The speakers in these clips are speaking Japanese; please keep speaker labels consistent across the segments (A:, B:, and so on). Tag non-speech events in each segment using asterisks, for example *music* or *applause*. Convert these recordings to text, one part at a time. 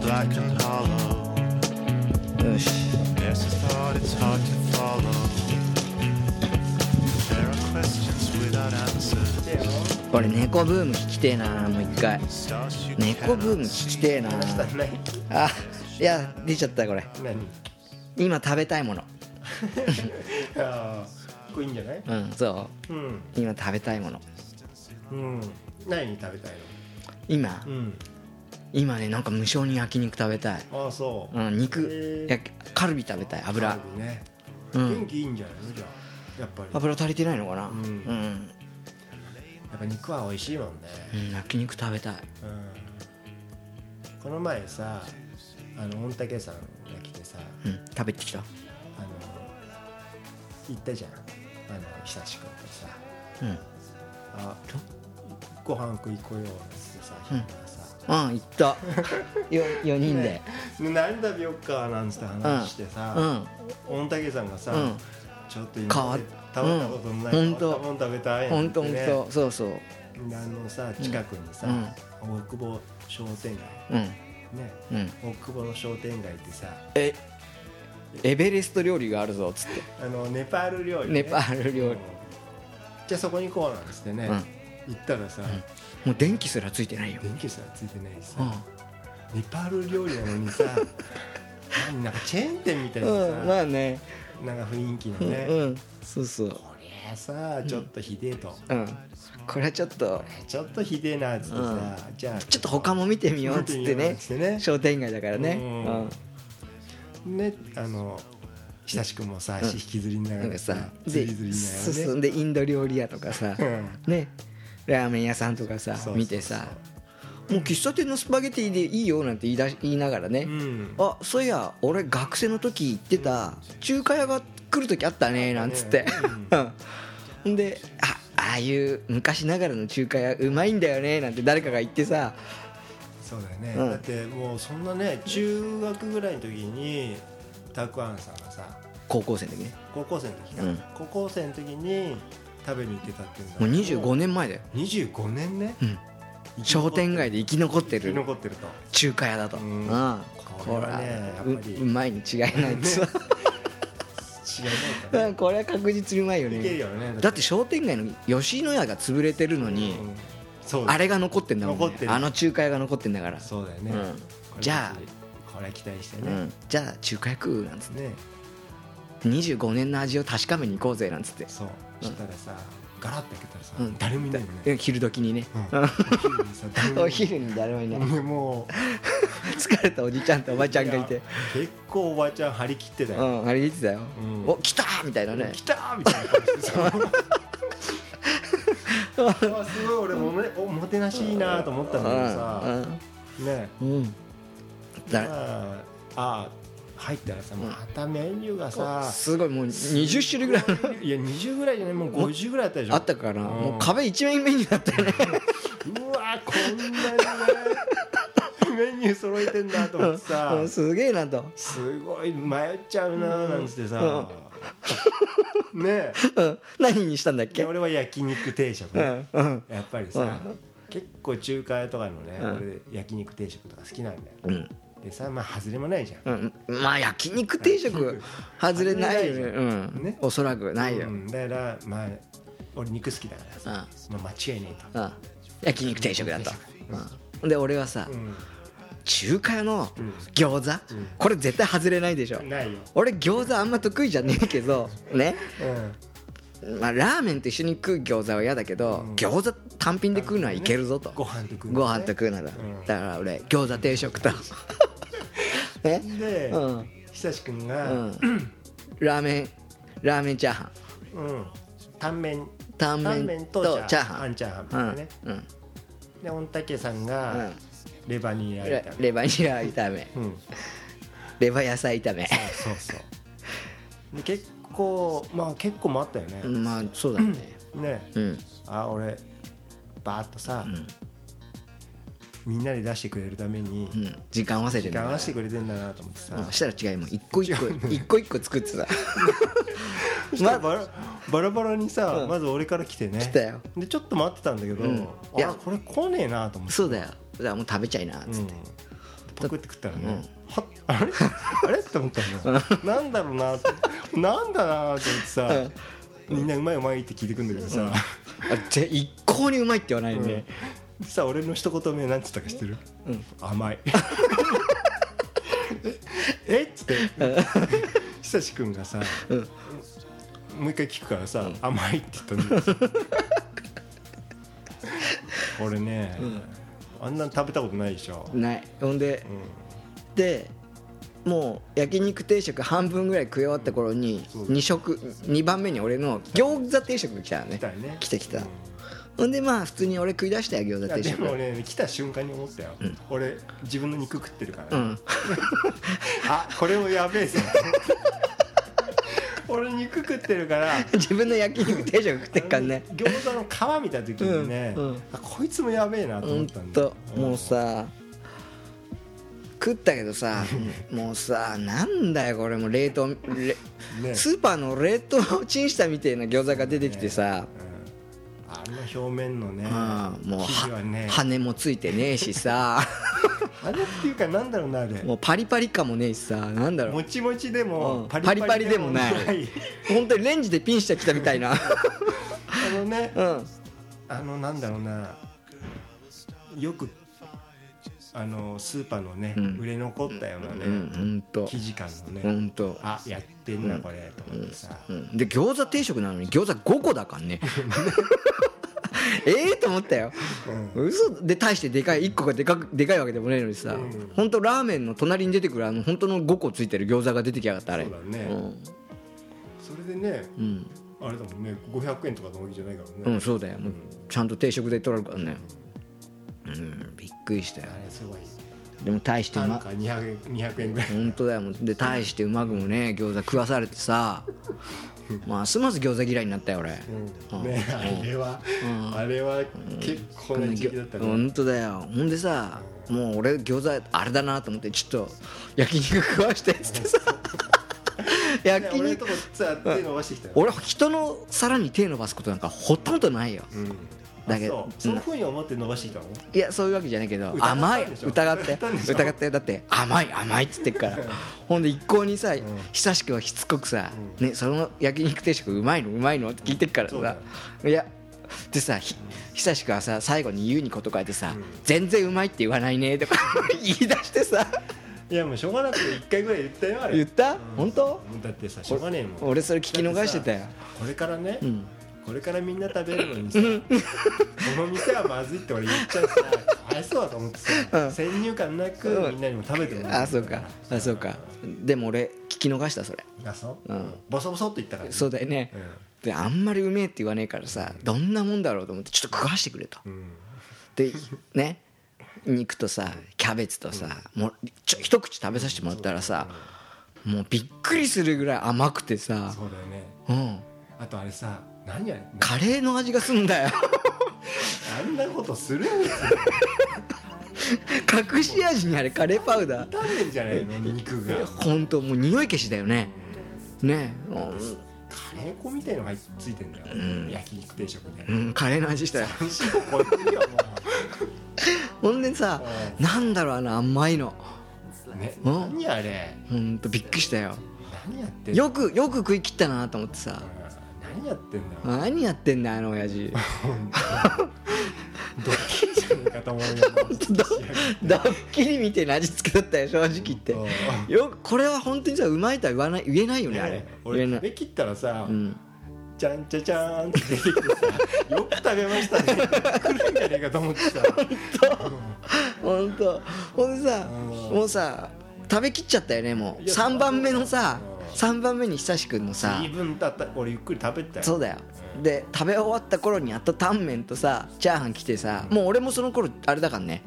A: black and hollow. There's a thought it's hard to follow. There are questions without answers.
B: 俺猫ブーム聞きてえなもう一回
A: Stars you
B: 猫ブーム
A: cannot
B: 聞き
A: see.
B: てえな
C: 何
B: あいや出ちゃったこれ
C: 何
B: 今食べたいもの
C: ああこれいいんじゃない
B: うんそ
C: うん
B: う今食べたいもの
C: うん何食べたい
B: 今
C: のうん
B: 今ねなんか無性に焼肉食べたい、
C: ああそう
B: うん、肉
C: へえ
B: やカルビ食べたい油
C: カルビね
B: うん
C: 元気いいんじゃないのじゃあやっぱりやっ
B: 油足りてないのかなう
C: う
B: う
C: んん、
B: ん
C: ぱ肉は美味しいもんね
B: 焼肉食べたい
C: うんこの前さあの御嶽山が来てさ
B: うん食べてきた
C: あの行ったじゃんあの久しくとさ
B: うん
C: あご飯食い来ようっつってさ昼からさ、
B: あ行った4人で、
C: ね何食べよっかなんつって話して
B: う
C: さ、
B: ん
C: 御嶽さんがさ、
B: うん
C: ちょっと今
B: 変わ
C: ま
B: っ
C: で食べたことのない、
B: うん
C: 変わったもん食べたい
B: ほん
C: ん
B: とほんとそうそう
C: であのさ近くにさ、大久保商店
B: うん
C: 街ね
B: うん
C: 大久保の商店街ってさ
B: えエベレスト料理があるぞっつって
C: あのネパール料理、ね、
B: ネパール料理
C: うんじゃあそこに行こうなんつってね、
B: うん
C: 行ったらさ、
B: もう電気すらついてないよ
C: 電気さついてないしさ、
B: うん
C: ネパール料理なの
B: *laughs*
C: にさ何なんかチェーン店みたいなさ、
B: うんまあね
C: なんか雰囲気の
B: うん
C: ね、
B: うんそうそう
C: これさあちょっとひでえと、
B: うんこれはちょっと
C: ちょっとひでえなっつってさ、
B: う
C: じゃあ
B: ちょっと他も見てみようっつってね
C: 見てみようっつっ
B: 商店街だからね
C: うんてねねあの親しくもさ足引きずりな
B: うん
C: が
B: なんから
C: さ
B: さ
C: ず
B: で
C: りずり
B: そう
C: な
B: そ
C: が
B: うでインド料理屋とかさ
C: らね
B: ねラーメン屋さんとかさ
C: うんそうそうそう
B: 見てさもう喫茶店のスパゲティでいいよなんて言いだ言いながらね、
C: うん
B: あそういや俺学生の時行ってた中華屋が来る時あったねなんつって、 *laughs* うん、であああいう昔ながらの中華屋うまいんだよねなんて誰かが言ってさ
C: そうだよね、
B: うん
C: だってもうそんなね中学ぐらいの時にたくあんさんがさ
B: 高校生の時ね
C: 高校生の時か、
B: うん
C: 高校生の時に食べに行ってたっていうんだ
B: もう25年前だよ
C: 25年ね、
B: うん商店街で生き残って
C: 生き
B: る
C: 残ってると
B: 中華屋だと、う
C: うんん
B: こ
C: こ
B: れ
C: れ
B: は
C: はね
B: う
C: やっぱり
B: うまいに違いないってさ、
C: 違いないから
B: う
C: ね
B: ん *laughs* これは確実にうまいよ
C: いける
B: ね
C: よね
B: だって商店街の吉野家が潰れてるのに、
C: うんそうだ
B: あれが残ってんだもん、ね、
C: 残ってる
B: あの中華屋が残ってんだから
C: そうだよね、
B: うん
C: これ
B: じゃ
C: これ期待して
B: う
C: ね、
B: ん、じゃあ中華屋食うなんつって
C: ね
B: 25年の味を確かめに行こうぜなんつって、
C: そうしたらさ、ガラッと開けたらさ、
B: うん
C: 誰もいないよ
B: う
C: ね、
B: ん、昼時にね、
C: うん、お昼にさ誰も
B: お
C: いない
B: 昼に誰もいない
C: ねもう
B: 疲れたおじちゃんとおばちゃんがいて
C: や結構おばちゃん張り切ってた
B: う
C: よ、
B: んあれ言ってたよ、
C: うん
B: お来たーみたいなね
C: 来たーみたいな感じでさ *laughs* わあすごい俺もめおもてなしいなと思ったんだけどさ、ね
B: うんうんだか
C: まああ入ったらさまたメニューが
B: ら
C: さ、
B: すごいもう20種類ぐらい
C: いや20ぐらいじゃないもう50ぐらいあったでしょ
B: あったから、
C: うん
B: もう壁一面メニューだったよね
C: うわこんなにね *laughs* メニュー揃えてんだと思ってさ
B: *laughs* うんすげえなと
C: すごい迷っちゃうななんつってさ、 *laughs* ね
B: うん何にしたんだっ
C: えで
B: け
C: 俺は焼肉定食、
B: う
C: ね
B: んうん
C: やっぱりさ、結構中華屋とかのね、
B: うん
C: 俺焼肉定食とか好きなんだよ
B: うん
C: でさまあ外れもないじゃん、
B: うん、まあ焼肉定食外れないよね
C: 外れないじゃん
B: うん
C: ね
B: おそらくないよ、
C: うんだからまあ俺肉好きだからさ、
B: あ
C: まあ、間違いないと、
B: あ焼肉定食だと、うん、で俺はさ、中華屋の餃子、
C: うん
B: これ絶対外れないでしょ、
C: うん、ないよ、
B: 俺餃子あんま得意じゃねえけどね、
C: うん、
B: まあ、ラーメンと一緒に食う餃子は嫌だけど、
C: うん
B: 餃子単品で食うのはいけるぞと、
C: ご飯と食う
B: ご
C: のね
B: 飯と食うなら、
C: ん
B: だから俺餃子定食
C: *laughs*
B: とね
C: で、
B: うん
C: 久しくんが、
B: う
C: うん
B: んラーメンラーメンチャーハン
C: タンメン
B: タンメ
C: タンメ
B: ン
C: ン
B: と
C: と
B: チ
C: チ
B: ャー
C: ャー
B: ハンうん
C: ハンあんちゃんはんみ
B: うん
C: で御嶽さんが、
B: うん
C: レバニラ
B: レ
C: 炒め
B: レバニラ炒め
C: うん
B: レバ野菜炒め
C: そうそうで結構まあ結構待ったよね、
B: まあそうだね
C: ね
B: うん
C: あ俺バーッとさ、
B: ん
C: みんなで出してくれるために
B: うん時間合わせて
C: 時
B: んだか
C: 間合
B: ら
C: わせてくれてんだなと思って *laughs* さ、
B: うんしたら違いもう一個一個一個一個作
C: *laughs*
B: ってた
C: そしたらバラバラバラにさ、まず俺から来てね
B: 来たよ
C: でちょっと待ってたんだけど、
B: んいや
C: あこれ来ねえなと思って、
B: そうだよだからもう食べちゃいなっつって
C: うんパクって食ったらね、はあれ *laughs* あれって思ったのよなんだろうなってなんだなって思ってさ、みんなうまいうまいって聞いてくんだけどさ、
B: あぜ一向にうまいって言わない
C: うん
B: ね、
C: さ俺の一言目なんつったか知ってる、
B: うん *laughs*
C: 甘いええっつって久志君がさ、
B: うん
C: もう一回聞くからさ、甘いって言ったん
B: *laughs*
C: だよ俺ね、あんなの食べたことないでしょ、
B: ないほんで
C: う
B: でもう焼肉定食半分ぐらい食い終わった頃に
C: そう
B: 2食2番目に俺の餃子定食が来たよ
C: ん、来
B: ね
C: たよね
B: 来てきた
C: うん
B: ほんでまあ普通に俺食い出したよ餃子定
C: で
B: 食
C: もね来た瞬間に思ったよ、俺自分の肉食ってるから、
B: うん
C: *laughs* あこれもやべ
B: *laughs*
C: えぞ俺肉食ってるから
B: 自分の焼肉定食食ってっからね
C: 餃子の皮見た時にね、
B: うんうん
C: あこいつもやべえなと
B: ほ
C: 思っ
B: ん
C: たんだ
B: ともうさ食ったけどさもうさなんだよこれもう冷凍れ
C: ね
B: スーパーの冷凍チンしたみたいな餃子が出てきてさ
C: うんあの表面のね
B: ああもう
C: 生地はね
B: 羽もついてねえし
C: *laughs*
B: さ
C: あれっていうかなんだろうなあれ
B: もうパリパリ感もねえしさなんだろ
C: も
B: う
C: ちもちで
B: う
C: も
B: ん
C: パリパリでもない
B: パリパリ
C: *laughs*
B: 本当にレンジでピンしてきたみたいな
C: あのね
B: うん
C: あのなんだろうなよくあのスーパーのね
B: うん
C: 売れ残ったような
B: う
C: ね
B: んほんと
C: 生地感の
B: ほ
C: ね
B: んと
C: あやってんなこれと思ってさ
B: うんで餃子定食なのに餃子5個だからね *laughs* ええと思ったよ
C: うん
B: 嘘で大してでかい1個がでかくでかいわけでもないのにさ、
C: うん
B: ほんとラーメンの隣に出てくるあの本当の5個ついてる餃子が出てきやがったあれ
C: そうだねそれでね
B: うん、うん
C: あれだもんね500円とかのわけじゃないから
B: う
C: ね
B: んそうだよ、もうちゃんと定食で取られるからねうんびっくりしたよ
C: あれすごい
B: でも大してう
C: 単
B: ま
C: 価200円200円ぐらい
B: 本当だよもうで大してうまくもね餃子食わされて
C: *laughs*
B: さますます餃子嫌いになったよ俺
C: うんねあれはあれは結構な時期だったね
B: 本当だよほんでさもう俺餃子あれだなと思ってちょっと焼肉食わしてっつって
C: *laughs*
B: さ
C: ね
B: 焼
C: 俺の
B: 肉
C: とこさ手伸ばしてきたよ
B: 俺人の皿に手伸ばすことなんかほとんどないよ
C: うん
B: だけ
C: あ
B: ど
C: そうそのふうに思って伸ばしてきたの
B: いやそういうわけじゃないけど
C: 疑った
B: 甘い
C: んでしょ
B: 疑って
C: 疑ったんでしょ
B: 疑ってだって甘い甘いっつってっからほんで一向にさ久しくはしつこくさ「ねその焼肉定食うまいのうまいの?」って聞いてっから
C: そうだ
B: さ「いや」でさひ久しくはさ最後に言うにこと書いてさ「全然うまいって言わないね」とか *laughs* 言い出してさ
C: いやもうしょうがなくて一回ぐらい言ったよあれ
B: 言った本当
C: だってさしょうがねえもん
B: 俺それ聞き逃してたよ
C: だってさこれからね、
B: ん
C: これからみんな食べるのにさ、この店はまずいって俺言っちゃうさかわいそうだと思ってさ、
B: うん
C: 先入観なくみんなにも食べてもら
B: あそうかあそうかでも俺聞き逃したそれ
C: あそう、
B: うん
C: ボソボソって言ったから、ね、
B: そうだよねであんまりうめえって言わねえからさどんなもんだろうと思ってちょっと食わしてくれと
C: うん、うん
B: でね肉とさキャベツとさもうちょ一口食べさせてもらったらさもうびっくりするぐらい甘くてさ
C: そうだよね
B: うん
C: あとあれさ何あれ
B: カレーの味がすんだよ *laughs*
C: あんなことするやつ
B: 隠し味にあれカレーパウダー
C: 食べてんじゃないの肉が
B: ほんともう匂い消しだよねねう
C: カレー粉みたいのがついてんだよ、焼肉定食で、
B: ん、うん、カレーの味したよ
C: 美味しいもんこれいいよも
B: ほんでさなんだろうあの甘いの
C: うね
B: うん
C: 何あれ
B: ほんとびっくりしたよ
C: 何やってんの
B: よくよく食い切ったなと思ってさ
C: 何やってんだよ
B: 何やってんだよあの親
C: *laughs*
B: 父
C: ドッキリじゃねえかと思うよ *laughs* もう
B: ドドッキリみたいな味付けだったよ正直言って
C: うん
B: よこれは本当にさうまいとは言わない言えないよねあれ
C: ね
B: 言え
C: 俺
B: な
C: 食
B: い
C: べきったらさ
B: うん
C: 「ちゃんちゃちゃーん」って出てきてさ「よく食べましたね」来るんじゃねえかと思って *laughs* さ
B: 本当ほんでさ
C: うん
B: もうさ食べきっちゃったよねもう
C: いや
B: 3番目のさ
C: うん
B: 3番目に久しくんのさ
C: 随分だった俺ゆっくり食べてたよ
B: そうだよで食べ終わった頃にあとタンメンとさチャーハン来てさもう俺もその頃あれだからね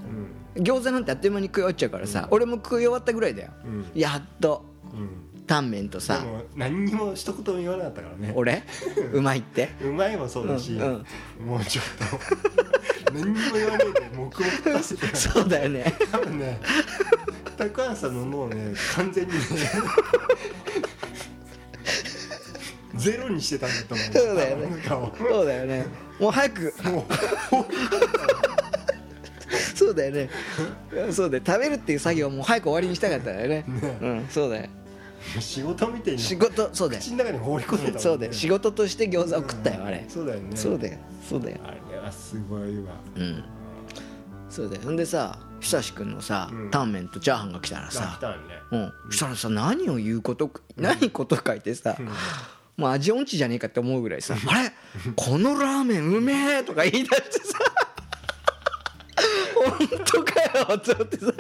C: うん
B: 餃子なんてあっという間に食い終わっちゃうからさ俺も食い終わったぐらいだよ
C: うん
B: やっと
C: うん
B: タンメンと
C: で
B: さ
C: も何にも一言も言わなかったからね *laughs*
B: 俺うまいって
C: うまいもそうだし、
B: うん
C: もうちょっと *laughs* 何にも言わねえで黙々と出してたよ
B: そうだよね
C: 多分ね高橋さんの脳ね完全にねゼロにしてたんだと思う
B: そうだよね
C: あの顔
B: そうだよねもう早く
C: もう
B: そうだよねそうだよ食べるっていう作業はもう早く終わりにしたかったんだよねうんそうだよ
C: 仕事みたいに
B: 仕
C: 口
B: 事そうだよ
C: の中に放り込んでたもんね
B: そうだよ仕事として餃子を食ったよあれ
C: そうだよね
B: そうだよそうだよ
C: あれはすごいわ
B: うんそうだよほんでさ久しくんのさ
C: うん
B: タンメンとチャーハンが来たら
C: あ
B: さ
C: 来たんね
B: うんそしたらさ何を言うことか何こと書いてさもう味音痴じゃねえかって思うぐらいさ「あれこのラーメンうめえ!」とか言い出してさ本当かよって思ってさ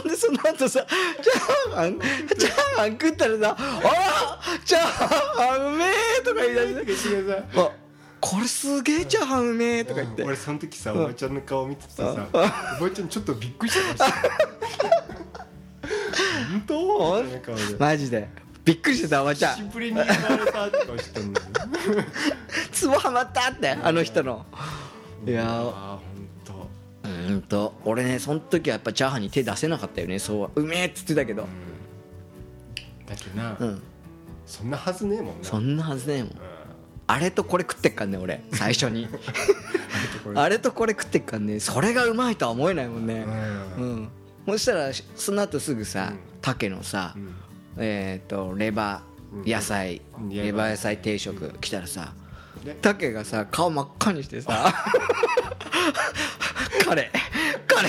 B: ほんでその後さチャーハンチャーハン食ったらさ「あらチャーハンうめえ!」とか言い出して「あこれすげえチャーハンうめえ!」とか言って
C: 俺その時さおばちゃんの顔見ててさおばちゃんちょっとびっくりしてました本
B: *laughs*
C: 当みたいな顔で
B: マジでびっくりしてたおばちゃ
C: 久し
B: ん
C: ぶりに言われたって顔してたんだよね
B: ツボハマったってあの人のいやー
C: あーほんと
B: うーんと俺ねその時はやっぱチャーハンに手出せなかったよねそうはうめえっつってたけど
C: だけどな、
B: うん
C: そんなはずねえもんな
B: そんなはずねえもん
C: うん
B: あれとこれ食ってっかんね俺最初
C: *laughs*
B: に
C: これ
B: あれとこれ食ってっかんねそれがうまいとは思えないもんね
C: う
B: うんんそしたらしその後すぐさ
C: うん
B: 竹のさ
C: うん
B: えっとレバ
C: うん
B: ー野菜
C: うん
B: レバー野菜定食来たらさ
C: で
B: 竹がさ顔真っ赤にして
C: *laughs*
B: さカレーカレ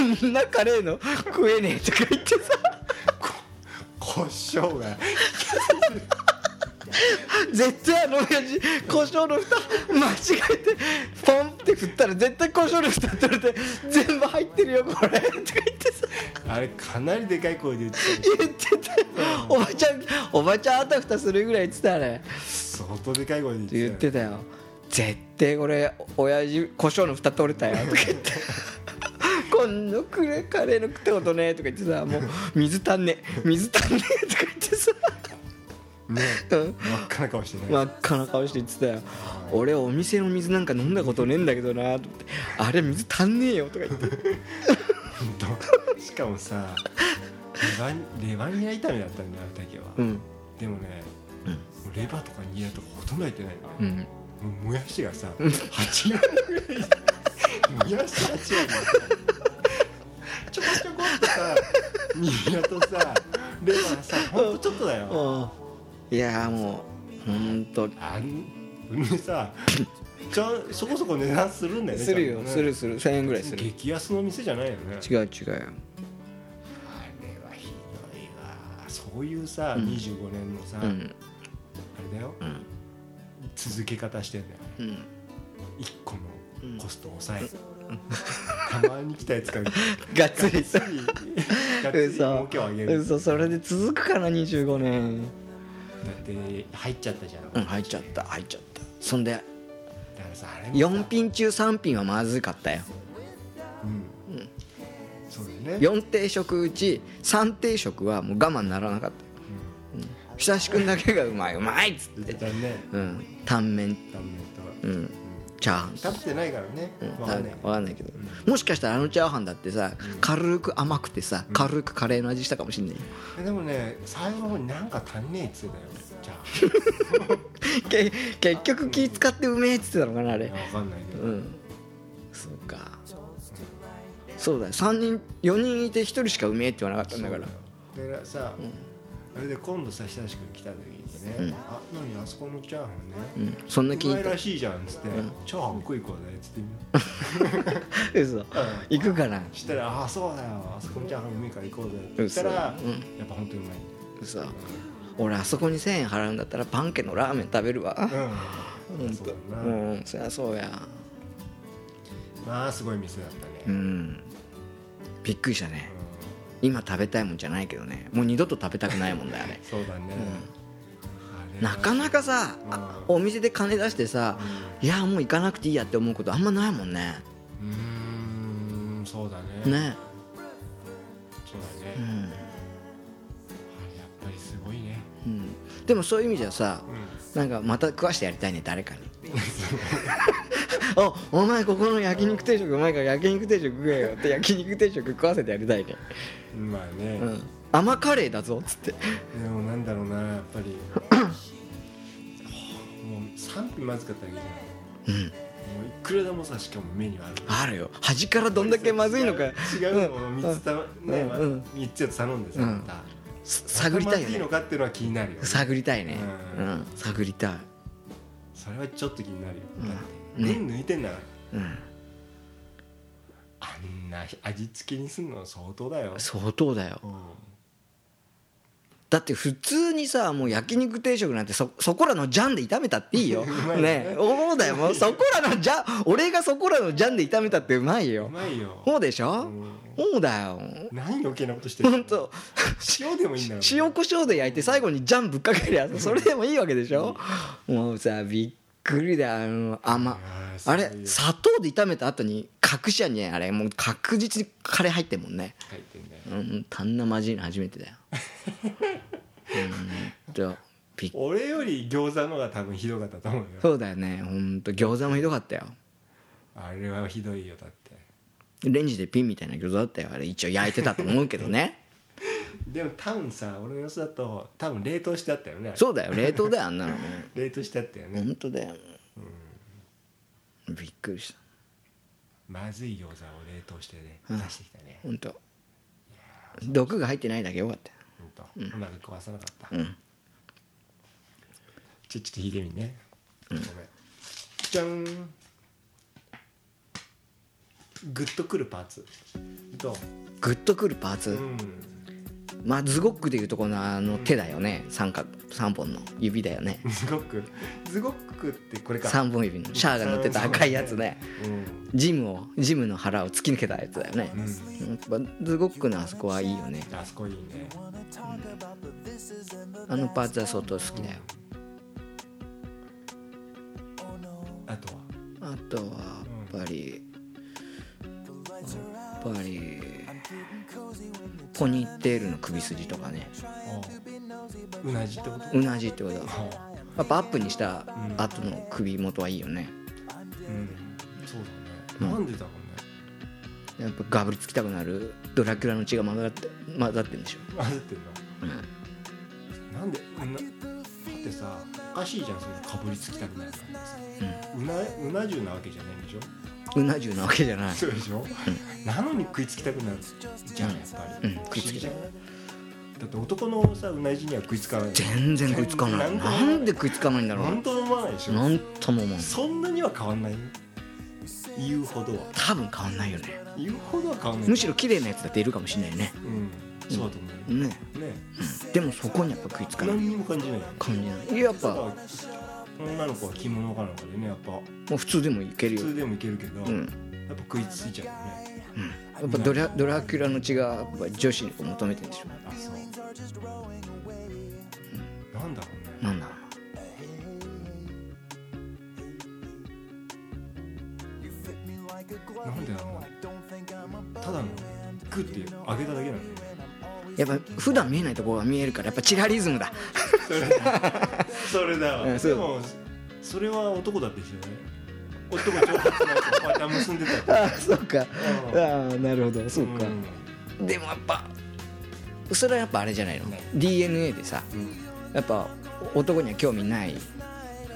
B: ーこんなカレーの食えねえとか言ってさ
C: 胡椒が
B: 絶対あの親父胡椒の蓋間違えてポンって振ったら絶対胡椒の蓋取れて全部入ってるよこれとか言ってさ
C: あれかなりでかい声で言ってたよ
B: 言ってたおばちゃんおばちゃんあたふたするぐらい言ってたね
C: 相当でかい声で
B: 言
C: 言
B: っ
C: って
B: てたよ絶対これ親父胡椒の蓋取れたよとか言ってこんなくれカレーの食ったことねえとか言ってさもう水足んねえ水足んねえとか言ってさ
C: たね
B: うん
C: 真っ赤な顔してね
B: 真っ赤な顔して言ってたよ俺お店の水なんか飲んだことねえんだけどなと思ってあれ水足んねえよとか言って
C: ほんとしかもさレバレバニラ炒めだったんだよだけは、
B: うん
C: でもね、もうレバーとかニラとかほとんど入ってないのね、
B: うん
C: もうもやしがさ8割ぐらいもやし8割がさちょこちょこっとさニラとさレバーさほんとちょっとだよ
B: いやーもうほんと
C: あんうんさちゃんそこそこ値段するんだよね
B: する
C: ちゃ
B: よ
C: んとね
B: するする1000円ぐらいする違
C: 激安の店じゃないよね
B: う違うよ
C: あれはひどいわそういうさ、
B: ん
C: 25年のさ、
B: うん
C: あれだよ、
B: ん
C: 続け方してんだよ
B: うん
C: 1個のコストを抑え、たまに来たや
B: *laughs*
C: つから
B: がっつり
C: ついがっつり儲けを上げるだ
B: 嘘それで続くかな25年
C: って入っちゃったじゃん、
B: うん
C: だか
B: 入っちゃった入っちゃったそんで
C: らさあれもさ
B: 4、品中3品はまずかったよ
C: うんそうだよね
B: 4定食うち3定食はもう我慢ならなかったうん久しくんだけがうまいうまいっつっ
C: 言って
B: て
C: たね
B: うんタンメン
C: ダメ
B: う
C: だ
B: んチャーハン
C: と食べてないからね、
B: うん
C: わ
B: わ
C: か
B: か
C: ん
B: ん
C: な
B: ないいわかんないけどもしかしたらあのチャーハンだってさ軽く甘くてさ軽くカレーの味したかもしんないよ *laughs*
C: えでもね最後の方になんか足んねえっつってたよじゃ
B: け結局気使ってうめえっつってたのかなあれ
C: あいやわかんないけど、
B: うんそうかそうだよ3人4人いて1人しかうめえって言わなかったんだから
C: そうだよでさ、あれで今度さ親しく来た時にね「あ何あそこのチャーハンね、
B: うんそんな気
C: う
B: に
C: ま
B: 入
C: い
B: っ
C: らしいじゃん」っつって、チャーハン食い行こうぜ」っつって
B: て嘘行くかな
C: したら「ああそうだよあそこのチャーハンうめえから行こうぜ」って言ったら、
B: 嘘うん
C: やっぱ本当にうまい
B: 嘘俺あそこに1000円払うんだったらパン家のラーメン食べるわ
C: うん、
B: 本
C: そうだ
B: 当
C: な、
B: うんそりゃそうや
C: まあすごい店だったね、
B: う
C: うん
B: んびっくりしたね今食べたいもんじゃないけどねもう二度と食べたくないもんだよあれ
C: そうだね、あれは
B: なかなかさあお店で金出してさいやもう行かなくていいやって思うことあんまないもんね
C: うーんそうだね
B: ね
C: そうだね、
B: う
C: あ
B: ん、
C: れやっぱりすごいね
B: うん、でもそういう意味じゃさ
C: う
B: なんかまた食わしてやりたいね誰かにあお前ここの焼肉定食うまいから焼肉定食食えよって焼肉定食食わせてやりたいね
C: んまあね、
B: うん甘カレーだぞっつって
C: でもなんだろうなやっぱりもう賛否まずかったわけじゃない、ういくらでもさしかもメニューある
B: あるよ端からどんだけまずいのか
C: 違うのを3つた、ね
B: うん
C: まあ
B: うん
C: 三つやつ頼んでさ、
B: うん
C: また
B: す探りたいよ
C: まずい
B: ね
C: のかっていうのは気になるよ、ね、
B: 探りたいねう
C: うん
B: 探りたい
C: それはちょっと気になるよ、
B: うん
C: だって
B: ね
C: 麺抜いてんだから
B: うん
C: あんな味付けにすんのは相当だよ
B: 相当だよ
C: うん
B: だって普通にさもう焼肉定食なんてそそこらのジャンで炒めたっていいよ
C: まいね
B: ねそうだよもうそこらのジャン俺がそこらのジャンで炒めたってうまいうよ
C: まいよ
B: そうでしょ
C: うん
B: そうだよ
C: 何余計なことしてる
B: ほんと
C: 塩でもいいんだよ
B: 塩コショウで焼いて最後にジャンぶっかけ
C: *laughs*
B: りゃそれでもいいわけでしょもうさびっくりだよあの甘
C: やーすご
B: あ
C: いよ
B: れ砂糖で炒めた後に隠しやんねあれもう確実にカレー入ってるもんね
C: 書いてんだよ
B: うんあんなまじいの初めてだ
C: *laughs*
B: ようんとびっ
C: 俺より餃子の方が多分ひどかったと思うよ
B: そうだよねほんと餃子もひどかったよ
C: あれはひどいよだって
B: レンジでピンみたいな餃子だったよあれ一応焼いてたと思うけどね
C: でも多分さ俺の様子だと多分冷凍してあったよね *laughs* う
B: そうだよ冷凍だよあんなの
C: 冷凍してあったよね、
B: 本当だよびっくりした
C: まずい餃子を冷凍してね
B: うん
C: 出してきたね、
B: 本当毒が入ってないだけよかったよ
C: ほんとうまく壊さなかった、
B: うん
C: ちょちょっと引いてみんね、ごめんじゃんグッとくるパーツどう
B: グッとくるパーツ、
C: うん
B: まあズゴックでいうとこのあの手だよね三角三本の指だよね
C: *laughs* ズゴックズゴックってこれか
B: 三本指のシャアが乗ってた赤いやつね
C: うん
B: ジムをジムの腹を突き抜けたやつだよね、
C: うん
B: うん、やっぱズゴックのあそこはいいよね
C: あそこいいね
B: あのパーツは相当好きだよ
C: あとは
B: あとはやっぱりやっぱりポニーテールの首筋とかね
C: おううなじってこと
B: うなじってことだ
C: おう
B: やっぱアップにした後の首元はいいよね
C: うんそうだ
B: うん
C: ねなんでだろ
B: やっぱガブりつきたくなるドラキュラの血が混ざって混ざってるんでしょ、
C: うね混ぜてんの
B: うん
C: なんでうなだってさおかしいじゃんそのかぶりつきたくないなんてさ、うなうな重なわけじゃないんでしょ
B: うな重なわけじゃない。
C: そうでしょ、なのに食いつきたくなるじゃんやっぱり、
B: うん食いつきたい
C: 不思議じゃんだって男のさうなじには食いつかない
B: 全然食いつかない。なんで食いつかないんだろ
C: 何とも思わないでし
B: う。
C: ょ、
B: なんとも思う。
C: そんなには変わんないよ言うほどは
B: 多分変わんないよね。
C: 言うほどは変わんない
B: むしろ綺麗なやつだっているかもしれないよね。
C: うんそうだと思う、ね
B: ね。でもそこにやっぱ食いつかない
C: 何にも感じないよ
B: 感じない。いややっぱも
C: 女の子は着物かなんかでねやっぱ
B: う普通でもいける
C: 普
B: よ。
C: 通でもいけるけど、
B: うん。
C: やっぱ食いついちゃうよね
B: やっぱドラドラキュラの血がやっぱ女子にこう求めてるんでしょ。
C: あそう、なんだろうね、
B: なんだろ
C: なんであんなただのグって上げただけなのね
B: うな。やっぱ普段見えないところが見えるからやっぱチラリズムだ。
C: それだわ、
B: うんそう
C: でもそれは男だって一緒だね男が長髪のやつをこうやって結んでたっ
B: *laughs*
C: て
B: ああ、そうか。ああ、なるほど。そうか。
C: ん
B: でもやっぱそれはやっぱあれじゃないの DNA でさ
C: うん
B: やっぱ男には興味ない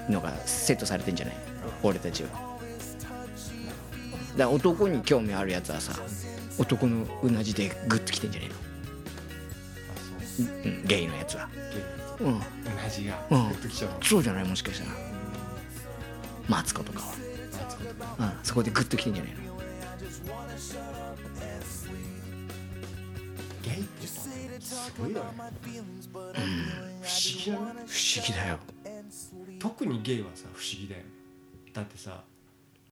B: のがセットされてんじゃない俺たちはだから男に興味あるやつはさ男のうなじでグッときてんじゃない
C: あそう
B: の、うん、ゲイのやつはうん
C: 同じが
B: う
C: グ
B: ん
C: ッときちゃうの
B: そうじゃないもしかしたらマツコとか
C: 夏子とか
B: は、うん、そこでグッときてんじゃないの
C: ゲイってさすごいよね不思議だね
B: 不思議だよ
C: 特にゲイはさ不思議だよねだってさ